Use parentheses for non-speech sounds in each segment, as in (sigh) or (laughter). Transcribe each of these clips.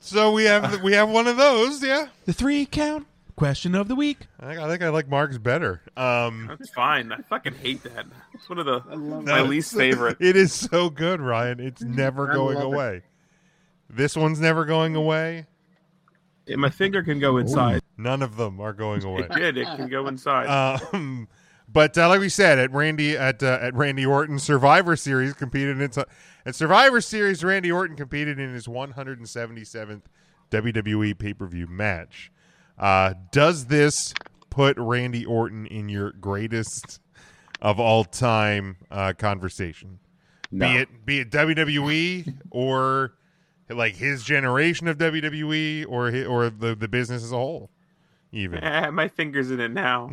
so we have we have one of those, yeah. The three count question of the week. I, I think I like Mark's better. Um, That's fine. I fucking hate that. It's one of the (laughs) love my it. least favorite. (laughs) it is so good, Ryan. It's never I going love it. away. This one's never going away. (laughs) Yeah, my finger can go inside. Uh, None of them are going away. (laughs) It did. It can go inside. Um, but uh, like we said, at Randy at uh, at Randy Orton Survivor Series competed in its, at Survivor Series. Randy Orton competed in his 177th WWE pay per view E match. Uh, does this put Randy Orton in your greatest of all time uh, conversation? No. Be it be it WWE or like his generation of WWE or hi- or the the business as a whole, even. (laughs) Eh, my finger's in it now.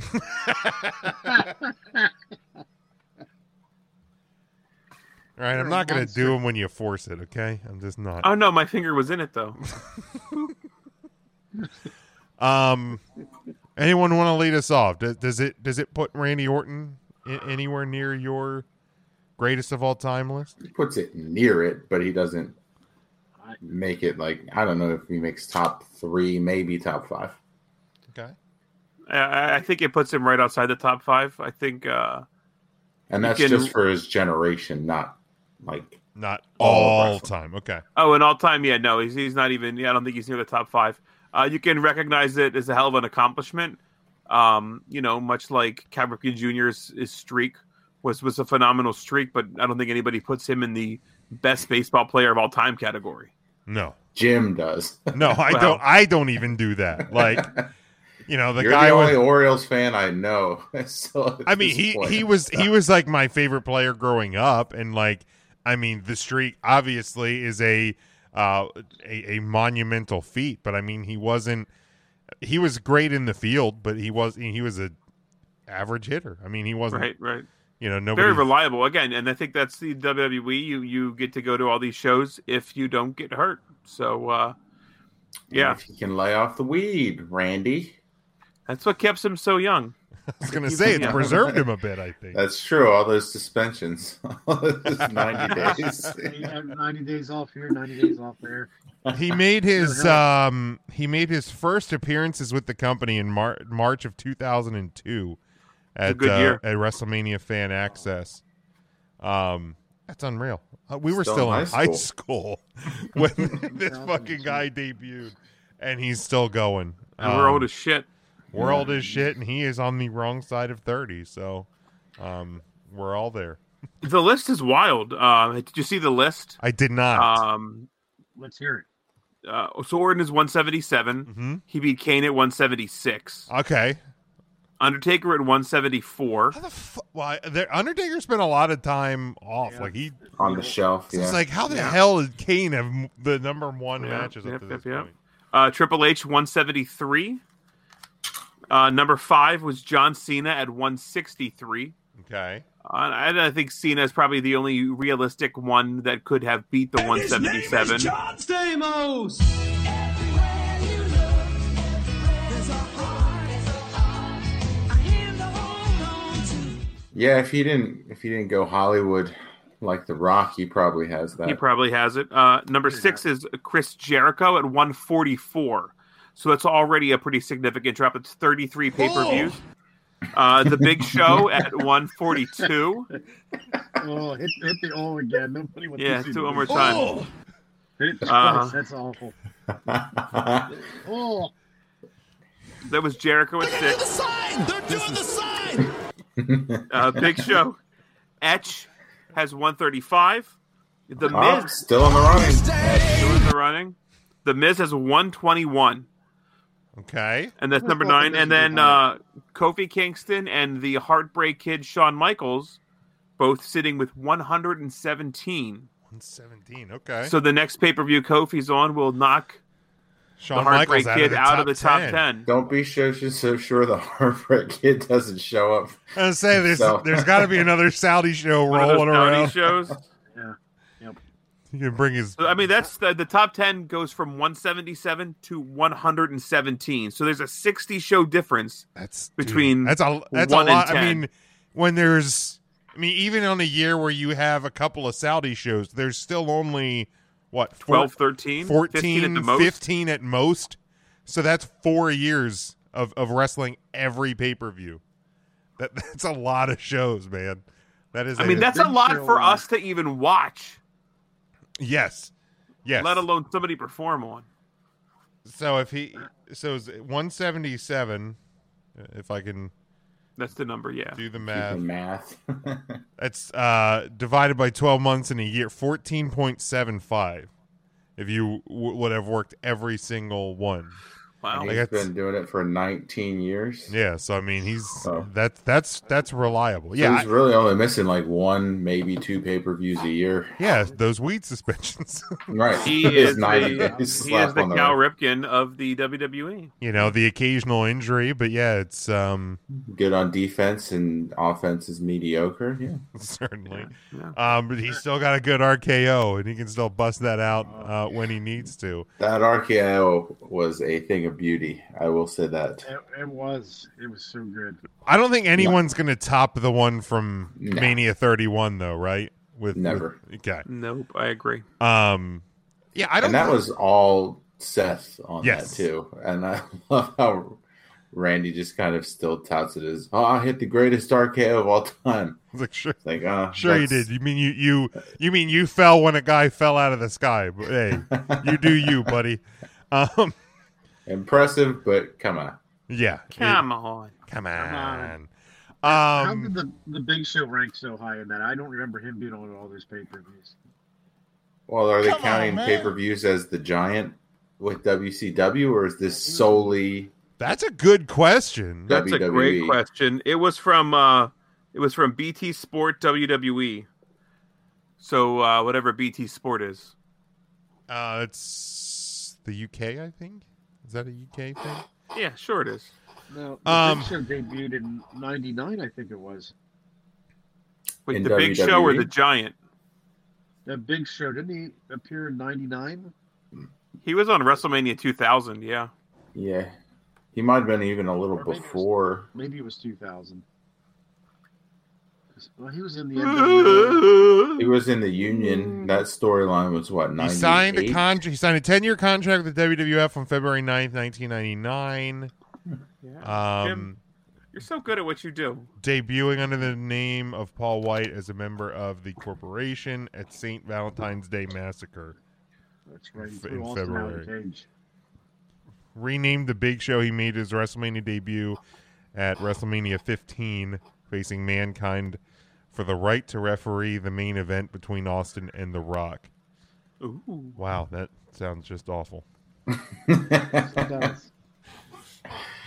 All right, You're I'm a not going to monster. do them when you force it, okay? I'm just not. Oh no, my finger was in it though. Um, anyone want to lead us off? Does, does it does it put Randy Orton in, anywhere near your greatest of all time list? He puts it near it, but he doesn't make it like I don't know if he makes top three, maybe top five. Okay. I- I, I think it puts him right outside the top five. I think uh, And He that's can- just for his generation, not like Not All all wrestling. time. Okay. Oh, in all time, yeah, no, he's he's not even. Yeah, I don't think he's near the top five. Uh, you can recognize it as a hell of an accomplishment. Um, you know, much like Kaepernick Jr.'s his streak was was a phenomenal streak, but I don't think anybody puts him in the best baseball player of all time category. No. Jim does. No, I (laughs) Wow. don't. I don't even do that. Like, you know, the You're guy the was. only Orioles fan I know. (laughs) So at I mean, this he point- he was (laughs) he was like my favorite player growing up, and like, I mean, the streak obviously is a uh, a, a monumental feat, but I mean, he wasn't. He was great in the field, but he was he was a average hitter. I mean, he wasn't. Right, right. You know, nobody. Very reliable again, and I think that's the WWE. You you get to go to all these shows if you don't get hurt. So uh, yeah, If he can lay off the weed, Randy. that's what keeps him so young. I was going to say it Yeah. (laughs) preserved him a bit. I think. That's true. All those suspensions, (laughs) (laughs) It's ninety days. You have 90 days off here, 90 days off there. he made his Sure. um he made his first appearances with the company in Mar- March of 2002 at good uh, year. at WrestleMania Fan Access. Um that's unreal. Uh, we were Still still, in in high high school, (laughs) (laughs) when this fucking 2002. guy debuted and he's still going. And we're Um, old as shit. we're old as shit and he is on the wrong side of 30, so um we're all there. The list is wild. Uh, did you see the list? I did not. Um, Let's hear it. uh, so Orton is 177. Mhm. He beat Kane at 176. Okay. Undertaker at 174. How the fuck? Why? there- Undertaker spent a lot of time off. Yeah. Like he on the shelf. So Yeah. It's like, how the Yeah. hell did Kane have m- the number one Yeah, matches up yep, to yep, this yep. point? Uh, Triple H 173. Uh, number five was John Cena at 163. Okay. Uh, and I think Cena is probably the only realistic one that could have beat the 177. yeah, if he didn't, if he didn't go Hollywood like The Rock, he probably has that. He probably has it. Uh, number Yeah. six is Chris Jericho at 144. So that's already a pretty significant drop. It's 33 pay per views. Uh, the Big Show at 142. Oh, hit, hit the O again. Nobody wants Yeah, to see do it the one more O. time. Oh, Hit it twice. Uh-huh. That's awful. (laughs) probably. Oh, That was Jericho at six. sign. They're doing the sign. Uh, Big Show. Etch has 135. The oh, Miz still in the running. still in the running. The Miz has 121. Okay. And that's Who's number both of nine. those And then uh, behind? Kofi Kingston and the Heartbreak Kid Shawn Michaels, both sitting with 117. 117. Okay. So the next pay per view Kofi's on will knock Shawn the Michaels Heartbreak out of Kid the, out top, of the top 10. 10. Don't be so, so sure the (laughs) Harvard kid doesn't show I up. was gonna say there's So- there's got to be another Saudi show (laughs) One of those rolling comedy around. shows. He can bring his. So, I mean, that's the, the top 10 goes from 177 to 117. So there's a 60 show difference. That's dude, between that's a that's a one and lot. I 10. mean, when there's I mean, even on a year where you have a couple of Saudi shows, there's still only what four- 12, 13, 14, 15 at the most. 15 at most. So that's four years of, of wrestling every pay per view. That (laughs) that's a lot of shows, man. That is. I a- mean, that's a big lot show. for us to even watch, yes, yes. let alone somebody perform on. so if he so is one seventy seven, if I can That's the number, yeah. do the The math, math. (laughs) that's uh divided by twelve months in a year, fourteen point seven five. If you w- would have worked every single one. Wow. And Like He's that's- been doing it for 19 years. Yeah, so I mean, he's Oh. that's that's that's reliable. Yeah, so I- he's really only missing like one, maybe two pay per views a year. Yeah, those weed suspensions. (laughs) Right. He (laughs) It's is 90 the, days he (laughs) is slap the on Cal the- Ripken of the E. WWE. you know, the occasional injury, but yeah, it's um (laughs) Good on defense and offense is mediocre. Yeah. certainly. Yeah. Um but he's still got a good RKO and he can still bust that out uh, when he needs to. That RKO was a thing of beauty. I will say that. It, it was. It was so good. I don't think anyone's going to top the one from No. Mania 31 though, right? With with- Never. okay. Nope, I agree. Um yeah, I don't And that know- was all Seth on Yes. that too. And I (laughs) love how Randy just kind of still touts it as, "Oh, I hit the greatest RKO of all time." (laughs) like sure It's like, uh, Sure you did. You mean you you you mean you fell when a guy fell out of the sky. But hey, (laughs) you do you, buddy. (laughs) Um Impressive, but come on. yeah. Come on. Come on. on. How did Um, the, the Big Show rank so high in that? I don't remember him being on all those pay per views. Well, are they Come on, counting man. pay per views as the giant with WCW, or is this solely that's a good question. That- That's a great WWE. question. It was from uh it was from BT Sport WWE. So uh whatever BT Sport is. Uh, it's the UK, I think. Is that a UK thing? Yeah, sure it is. No, the Um, Big Show debuted in '99, I think it was. Wait, In E? the Big Show or WWE? the Giant? The Big Show didn't he appear in '99? He was on WrestleMania 2000, yeah. Yeah. He might have been even a little Or maybe it was- before. Maybe it was 2000. Well, he was in the (laughs) NWO. He He was in the union. That storyline was what, Hmm. He 98? signed a contract. He signed a ten-year contract with the WWF on February 9th, nineteen ninety-nine. Yeah. Um, Jim. You're so good at what you do. debuting under the name of Paul White as a member of the corporation at Saint Valentine's Day Massacre. That's right. In He Fe- threw in Austin out of the February. cage. Renamed the Big Show, he made his WrestleMania debut at WrestleMania 15, facing Mankind for the right to referee the main event between Austin and The Rock. Ooh. Mm. Wow, that sounds just awful. (laughs) It does.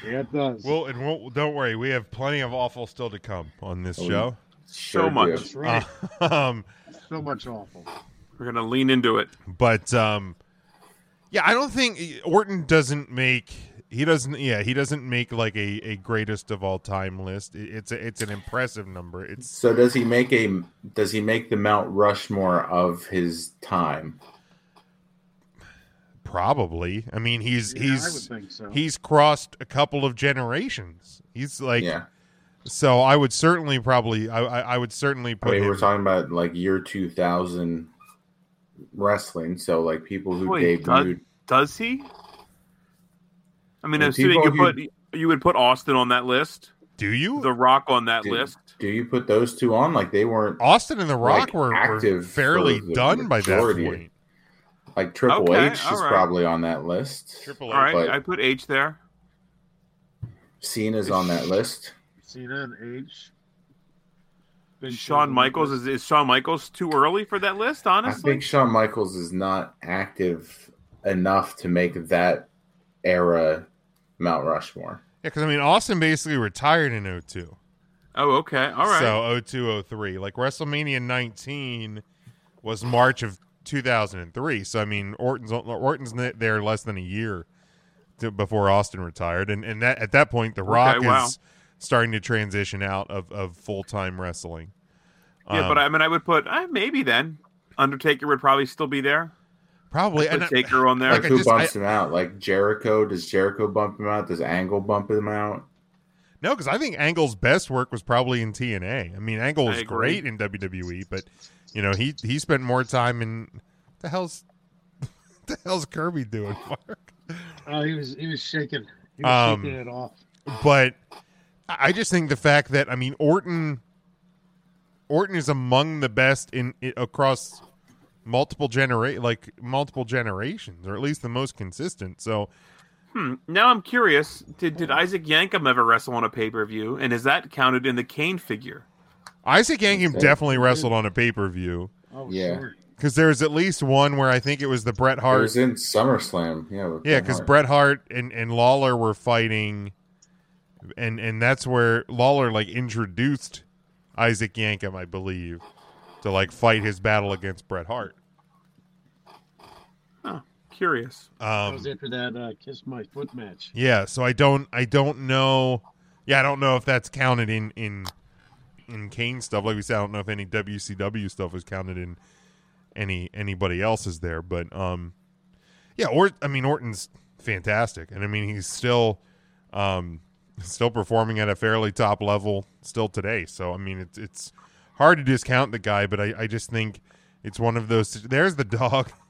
yeah, it does. Well, and we'll, don't worry, we have plenty of awful still to come on this Oh, show. Sure so do. much. That's right. (laughs) um, so much awful. We're gonna lean into it. but um, yeah, I don't think Orton doesn't make he doesn't yeah he doesn't make like a, a greatest of all time list. It- It's a, it's an impressive number. It's So does he make a does he make the Mount Rushmore of his time? probably. I mean, he's Yeah, I would he's think so. he's crossed a couple of generations. He's like yeah. so. I would certainly probably I I, I would certainly I oh, put mean, him- we're talking about like year 2000 wrestling, so like people who Wait, uh, debuted Does he? I mean, The I'm assuming you people put you would put Austin on that list, do you The Rock on that Dude. list. do you put those two on like they weren't Austin and The Rock like, were, were active fairly for the done by that majority. point. like Triple Okay, H is all right. probably on that list. Triple All right, But- I put H there. Cena's on that list. Cena and H. Big Shawn Show. Michaels is, is Shawn Michaels too early for that list? I Honestly, think Shawn Michaels is not active enough to make that era Mount Rushmore. Yeah, because I mean, Austin basically retired in 02. oh, okay, all right. So 02, 03. Like WrestleMania 19 was March of 2003. So I mean, Orton's Orton's ne- there less than a year to, before Austin retired, and and that at that point, The Rock wow. is starting to transition out of of full time wrestling. yeah, Um, but I mean, I would put uh, maybe then Undertaker would probably still be there. probably Put and I- Taker on there. Like, Like, I who just- bumps him out? Like Jericho? Does Jericho bump him out? Does Angle bump him out? No, because I think Angle's best work was probably in TNA. I mean, Angle I was agree. great in WWE, but you know he he spent more time in what the hell's (laughs) what the hell's Kirby doing? (laughs) Mark? Oh, he was he was shaking. He was Um, shaking it off. But I I just think the fact that I mean Orton Orton is among the best in i- across multiple genera- like multiple generations, or at least the most consistent. So Hmm. Now I'm curious. Did did Isaac Yankum ever wrestle on a pay per view, and is that counted in the Kane figure? Isaac Yankem Okay. definitely wrestled on a pay per view Oh, Yeah. sure. because there was at least one where I think it was the Bret It Hart was in SummerSlam. Yeah. with Yeah, Bret because Hart. Bret Hart and, and Lawler were fighting, and and that's where Lawler like introduced Isaac Yankem, I believe, to like fight his battle against Bret Hart. Curious. That Um, was after that uh, kiss my foot match. yeah, so I don't I don't know. Yeah, I don't know if that's counted in in in Kane stuff. Like we said, I don't know if any WCW stuff is counted in any anybody else's there, but um, yeah. Or I mean, Orton's fantastic, and I mean he's still um still performing at a fairly top level still today. So I mean it's it's hard to discount the guy, but I I just think it's one of those. There's the dog. (laughs)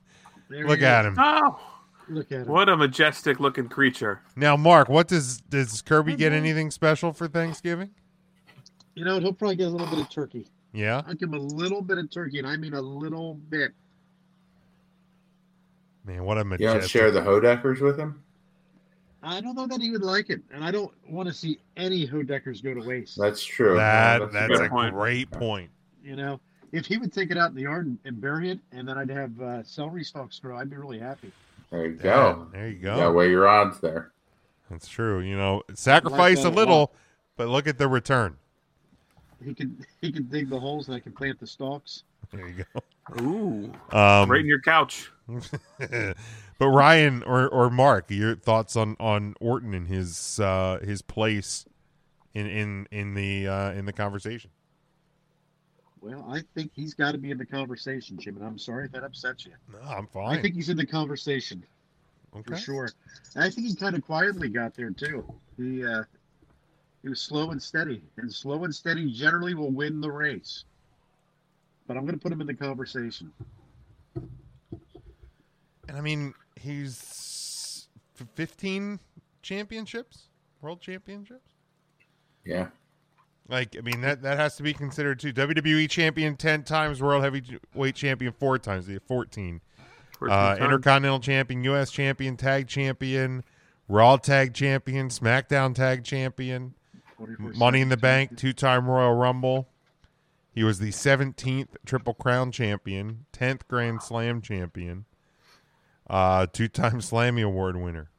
There he Look is. at him Oh, Look at him. what a majestic looking creature! now, Mark. What does does Kirby get anything special for Thanksgiving? You know, he'll probably get a little bit of turkey. Yeah. I'll give him a little bit of turkey, and I mean a little bit. Man, what a You majestic. don't (laughs) share the Hodeckers with him? I don't know that he would like it, and I don't want to see any Hodeckers go to waste. That's true. that Yeah, that's, good a point. great point. You know, if he would take it out in the yard and, and bury it, and then I'd have uh, celery stalks grow, I'd be really happy. There you Yeah, go. there you Yeah, go. That way your odds there. That's true. You know, sacrifice that a a little, but look at the return. (laughs) He could (laughs) he could dig the holes, and I could plant the stalks. There you go. Ooh, Um, right in your couch. (laughs) but Ryan or, or Mark, your thoughts on, on Orton and his uh, his place in in in the uh, in the conversation? Well, I think he's got to be in the conversation, Jim, and I'm sorry if that upsets you. No, I'm I fine. think he's in the conversation for okay. sure. And I think he kind of quietly got there too. He uh, he was slow and steady, and slow and steady generally will win the race. But I'm going to put him in the conversation. And I mean, he's f- 15 championships, world championships. Yeah. Like, I mean, that, that has to be considered too. WWE champion 10 times, world heavyweight champion four times, the 14. Uh, Intercontinental champion, U.S. champion, tag champion, Raw tag champion, SmackDown tag champion, 24/7. Money in the Bank, two time Royal Rumble. He was the 17th Triple Crown champion, 10th Grand Slam champion, uh, two time Slammy Award winner.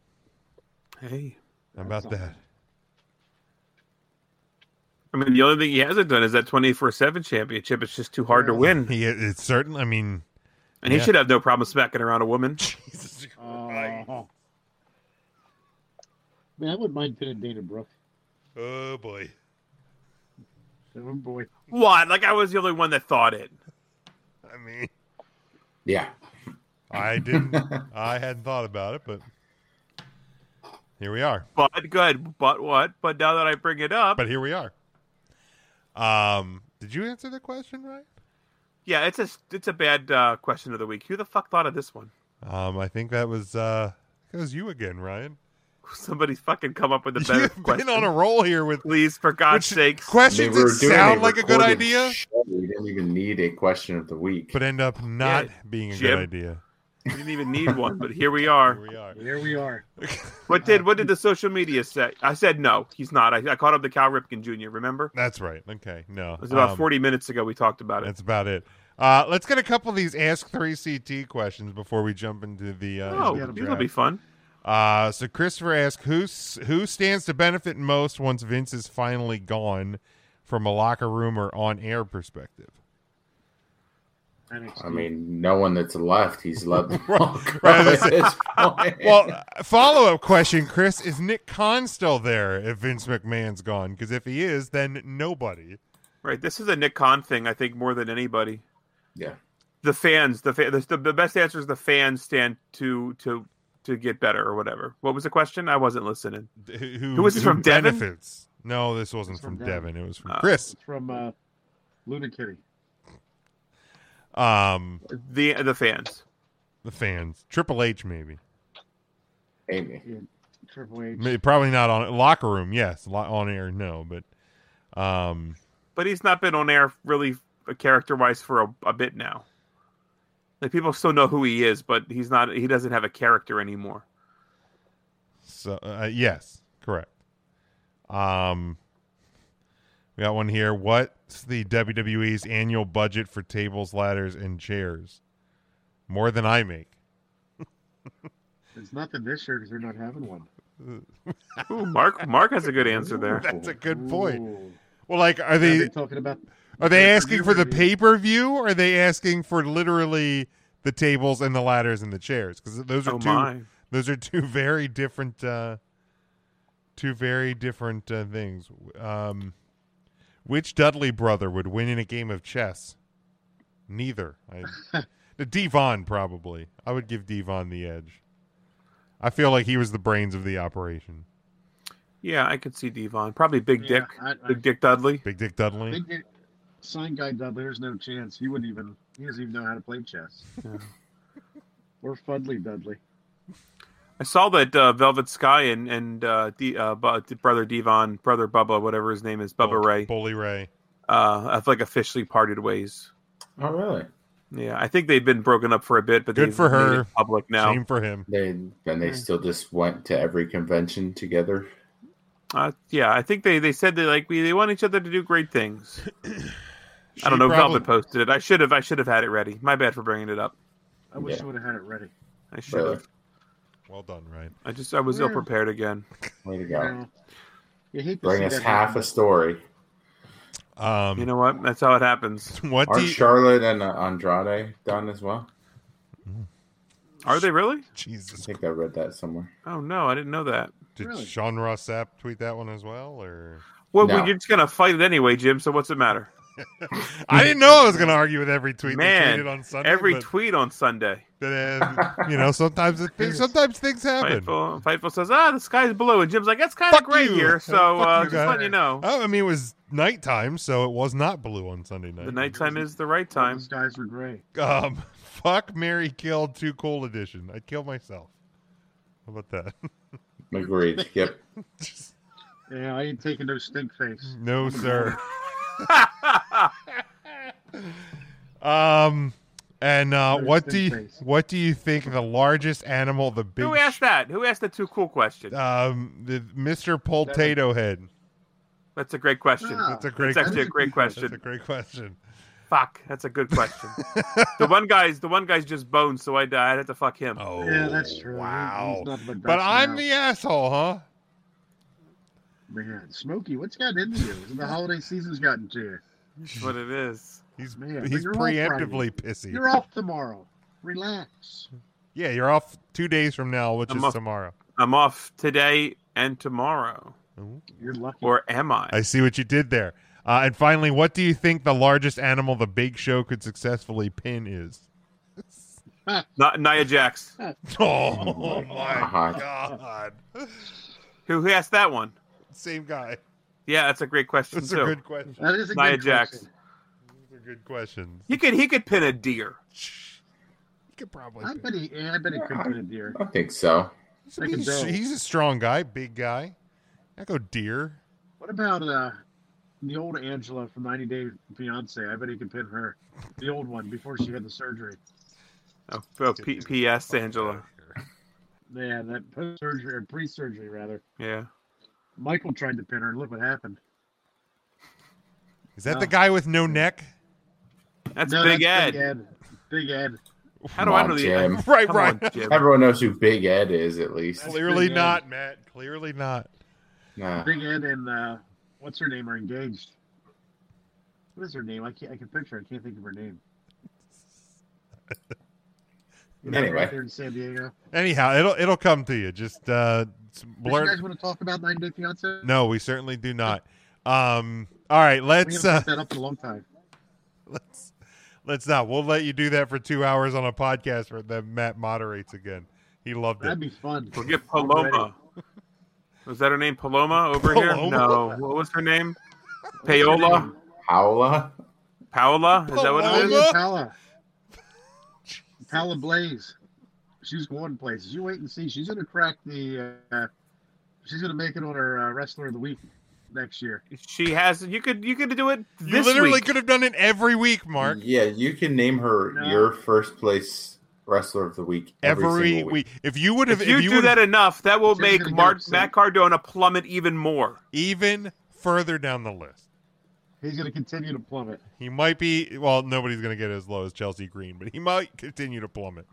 hey, How about that? I mean, the only thing he hasn't done is that 24 seven championship. It's just too hard to win, He, it's certainly, I mean, and he Yeah. should have no problem smacking around a woman. Jesus. Oh. Man, I wouldn't mind pinning Dana Brooke. Oh, boy. Oh boy, What? Like I was the only one that thought it. I mean, Yeah. I didn't, I hadn't thought about it, but here we are. But good. But what? But now that I bring it up, but here we are. Um, did you answer the question right? yeah, it's a it's a bad uh, question of the week. Who the fuck thought of this one? (laughs) Um, I think that was uh, it was you again, Ryan. Somebody's fucking come up with (laughs) a better You've question. been on a roll here with Please, for God's Which- sakes. I mean, questions we were that doing sound like a good recorded idea, show. We didn't even need a question of the week. but end up not being a good Jim. idea. We didn't even need one, but here we Here are. we are. here we are. What did what did the social media say? I said no, he's not. I, I caught up to Cal Ripken Jr. Remember? That's right. Okay, no, It was about um, 40 minutes ago. We talked about it. That's about it. Uh, let's get a couple of these Ask Three CT questions before we jump into the. Uh, Oh, into the that'll this will draft. be fun. Uh, so Christopher asks, who s- who stands to benefit most once Vince is finally gone, from a locker room or on air perspective? NXT. I mean, no one that's left, he's left. (laughs) right, at that's it. this point. (laughs) (laughs) Well, follow up question, Chris: Is Nick Khan still there if Vince McMahon's gone? Because if he is, then nobody. Right. This is a Nick Khan thing, I think, more than anybody. yeah. The fans, the fa- the, the best answer is the fans stand to to to get better or whatever. What was the question? I wasn't listening. Who, Who was it from, Devon? benefits? No, this wasn't from, from Devin. Devin. It was from Oh. Chris. It's from uh, Luna Kitty. Um, The the fans. the fans, Triple H, maybe, Amy. Triple H. May- probably not on locker room. Yes, Lo- on air, no, but um, But he's not been on air really character wise for a, a bit now. Like people still know who he is, but he's not. He doesn't have a character anymore. So uh, yes, correct. Um, we got one here. What's the WWE's annual budget for tables, ladders, and chairs? More than I make. (laughs) It's nothing this year because they're not having one. Ooh, Mark Mark has a good (laughs) answer there. That's a good point. Ooh. Well, like, are Now they they're talking about are they pay-per-view asking for the review. pay per view? Are they asking for literally the tables and the ladders and the chairs? Because those are Oh two. my! Those are two (laughs) very different, uh, two very different uh, things. Um, which Dudley brother would win in a game of chess? Neither. (laughs) I, the Devon probably. I would give Devon the edge. I feel like he was the brains of the operation. Yeah, I could see Devon. Probably Big Yeah, Dick. I- I- Big Dick Dudley. Big Dick Dudley. big sign guy Dudley. There's no chance. He wouldn't even. He doesn't even know how to play chess. Yeah. Or Fudley Dudley. I saw that uh, Velvet Sky and and uh, D, uh, Bu- brother Devon, brother Bubba, whatever his name is, Bubba Ray, Bully Ray. uh, have like officially parted ways. Oh, really? Yeah, I think they've been broken up for a bit, but Good they've for made her. it public now. Shame for him. They then they still just went to every convention together. Uh, yeah, I think they, they said they like we they want each other to do (laughs) great things. I She don't know. probably- Velvet posted it. I should have I should have had it ready. My bad for bringing it up. I wish Yeah. I would have had it ready. I should Really? have. Well done, right? I just I was Yeah. ill prepared again. Way to You, go! know, you hate to Oh. Bring see us that half happen, a story. Um, You know what? That's how it happens. (laughs) what Are do you, Charlotte and uh, Andrade done as well? Are they really? I Jesus? think I read that somewhere. Oh no, I didn't know that. Did Really? Sean Ross Sapp tweet that one as well, or Well, No. you're just gonna fight it anyway, Jim. So what's it matter? (laughs) I didn't know I was going to argue with every tweet Man, they tweeted on Sunday. Every but- tweet on Sunday, But um, you know, sometimes (laughs) it, sometimes things happen. Fightful, Fightful says, "Ah, the sky's blue," and Jim's like, "That's kind of Fuck gray you. here." So Fuck uh, you just guys. letting you know, Oh, I mean, it was nighttime, so it was not blue on Sunday night. the nighttime is the right (laughs) all time. These guys were gray. Um, (laughs) fuck Mary killed Too Cool Edition. I'd kill myself. How about that? (laughs) Agreed. Yep. Just- Yeah, I ain't taking no stink face. (laughs) no, sir. Um, and uh, what do you what do you think the largest animal, the big, Who asked that? Who asked the too cool question? um, the Mister Potato Head? That's a great question. Ah, That's a great. That's actually a great That's a question. great question. Fuck, that's a good (laughs) question. the one guy's the one guy's just bones, so I I had to fuck him. Oh, yeah, that's true. He- Wow. he's nothing but, But dust I'm now. the asshole, huh? man, Smokey. What's gotten into you? The holiday season's gotten to you. That's what it is. He's Man, but he's you're all preemptively pissy. You're off tomorrow. Relax. yeah, you're off two days from now, which I'm is off. tomorrow. I'm off today and tomorrow, You're lucky. or am I? I see what you did there. Uh, and finally, what do you think the largest animal the Big Show could successfully pin is? (laughs) Not Nia Jax. Oh my God. god! Who who asked that one? Same guy. Yeah, that's a great question Those too. are good questions. that is a Nia good Jax. question. Those are good questions. He could he could pin a deer. He could probably. I bet he. Yeah, I bet he could put a deer. I think so. He's, I can he's- do. he's a strong guy, big guy. I go deer. What about uh, the old Angela from 90 Day Fiance? I bet he can pin her. The old one before she had the surgery. Oh, oh, P- P.S. Angela. Yeah, that post surgery or pre surgery rather. Yeah. Michael tried to pin her, and look what happened. Is that the Ah. guy with no neck? That's No, Big that's Ed. Big Ed. Big Ed. How do Come I on, know the Jim. (laughs) Right, Come right. on, Jim. Everyone knows who Big Ed is, at least. Clearly Big Ed. not, Matt. Clearly not. Nah. Big Ed and uh, what's her name are engaged. What is her name? I can't. I can picture. Her. I can't think of her name. You know, Anyway. right there in San Diego. Anyhow, it'll it'll come to you. Just uh, s- Do blurt. you guys want to talk about Nine Day Fiance? No, we certainly do not. Um, all right, we let's haven't uh, (laughs) put that up in a long time. let's let's not. We'll let you do that for two hours on a podcast where then Matt moderates again. He loved it. That'd be fun. We'll get I'm ready. Paloma. Was that her name? Paloma over here? Paloma? No. What was her name? Paola? Paola? Paola? Is that what it Paloma? is? (laughs) Pala. Pala Blaze. She's going places. You wait and see. She's going to crack the. Uh, she's going to make it on her uh, Wrestler of the Week next year. She has. You could. You could do it You this literally week. could have done it every week, Mark. Yeah, you can name her No. your first place wrestler of the week every, Every, single week. If you would have, If you, do would that have enough, that will She's make gonna get Mark, upset. Matt Cardona plummet even more. even further down the list, He's going to continue to plummet. he might be. Well, nobody's going to get as low as Chelsea Green, but he might continue to plummet.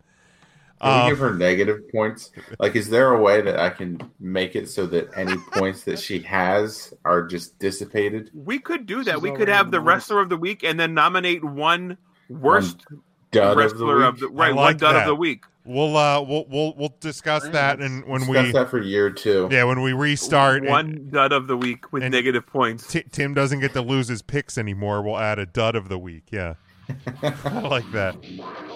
Can Um, we give her negative points? Like, is there a way that I can make it so that any points that she has are just dissipated? We could do that. She's we could already have the on the wrestler of the week and then nominate one worst Dud of the wrestler week. of the, right like one dud that. of the week. we'll uh, we'll we'll we'll discuss Yeah. that, and when Discuss we that for year two. yeah when we restart, and one dud of the week with and- negative points. Ti- Tim doesn't (laughs) get to lose his picks anymore, we'll add a dud of the week. Yeah, I like that.